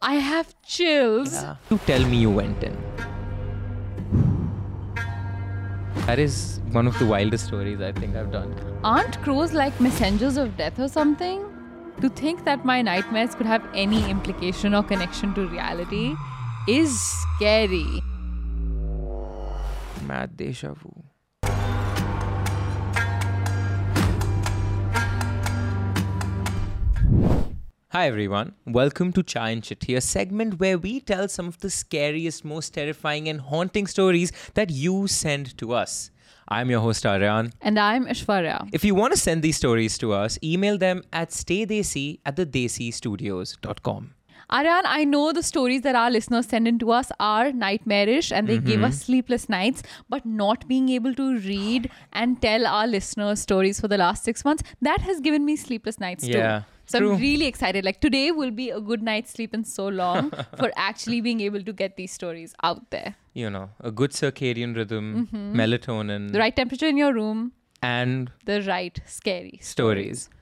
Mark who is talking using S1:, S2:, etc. S1: I have chills.
S2: Yeah. Uh, You tell me you went in. That is one of the wildest stories I think I've done.
S1: Aren't crows like messengers of death or something? To think that my nightmares could have any implication or connection to reality is scary.
S2: Mad deja vu. Hi everyone, welcome to Chai and Chit, a segment where we tell some of the scariest, most terrifying, and haunting stories that you send to us. I'm your host Aryan.
S1: And I'm Ishwarya.
S2: If you want to send these stories to us, email them at staydesi at thedesistudios.com.
S1: Aryan, I know the stories that our listeners send in to us are nightmarish and they give
S2: Mm-hmm.
S1: us sleepless nights, but not being able to read and tell our listeners stories for the last six months, that has given me sleepless nights
S2: Yeah,
S1: too. So
S2: true.
S1: I'm really excited. Like today will be a good night's sleep in so long for actually being able to get these stories out there.
S2: You know, a good circadian rhythm, melatonin,
S1: The right temperature in your room,
S2: and
S1: the right scary
S2: stories.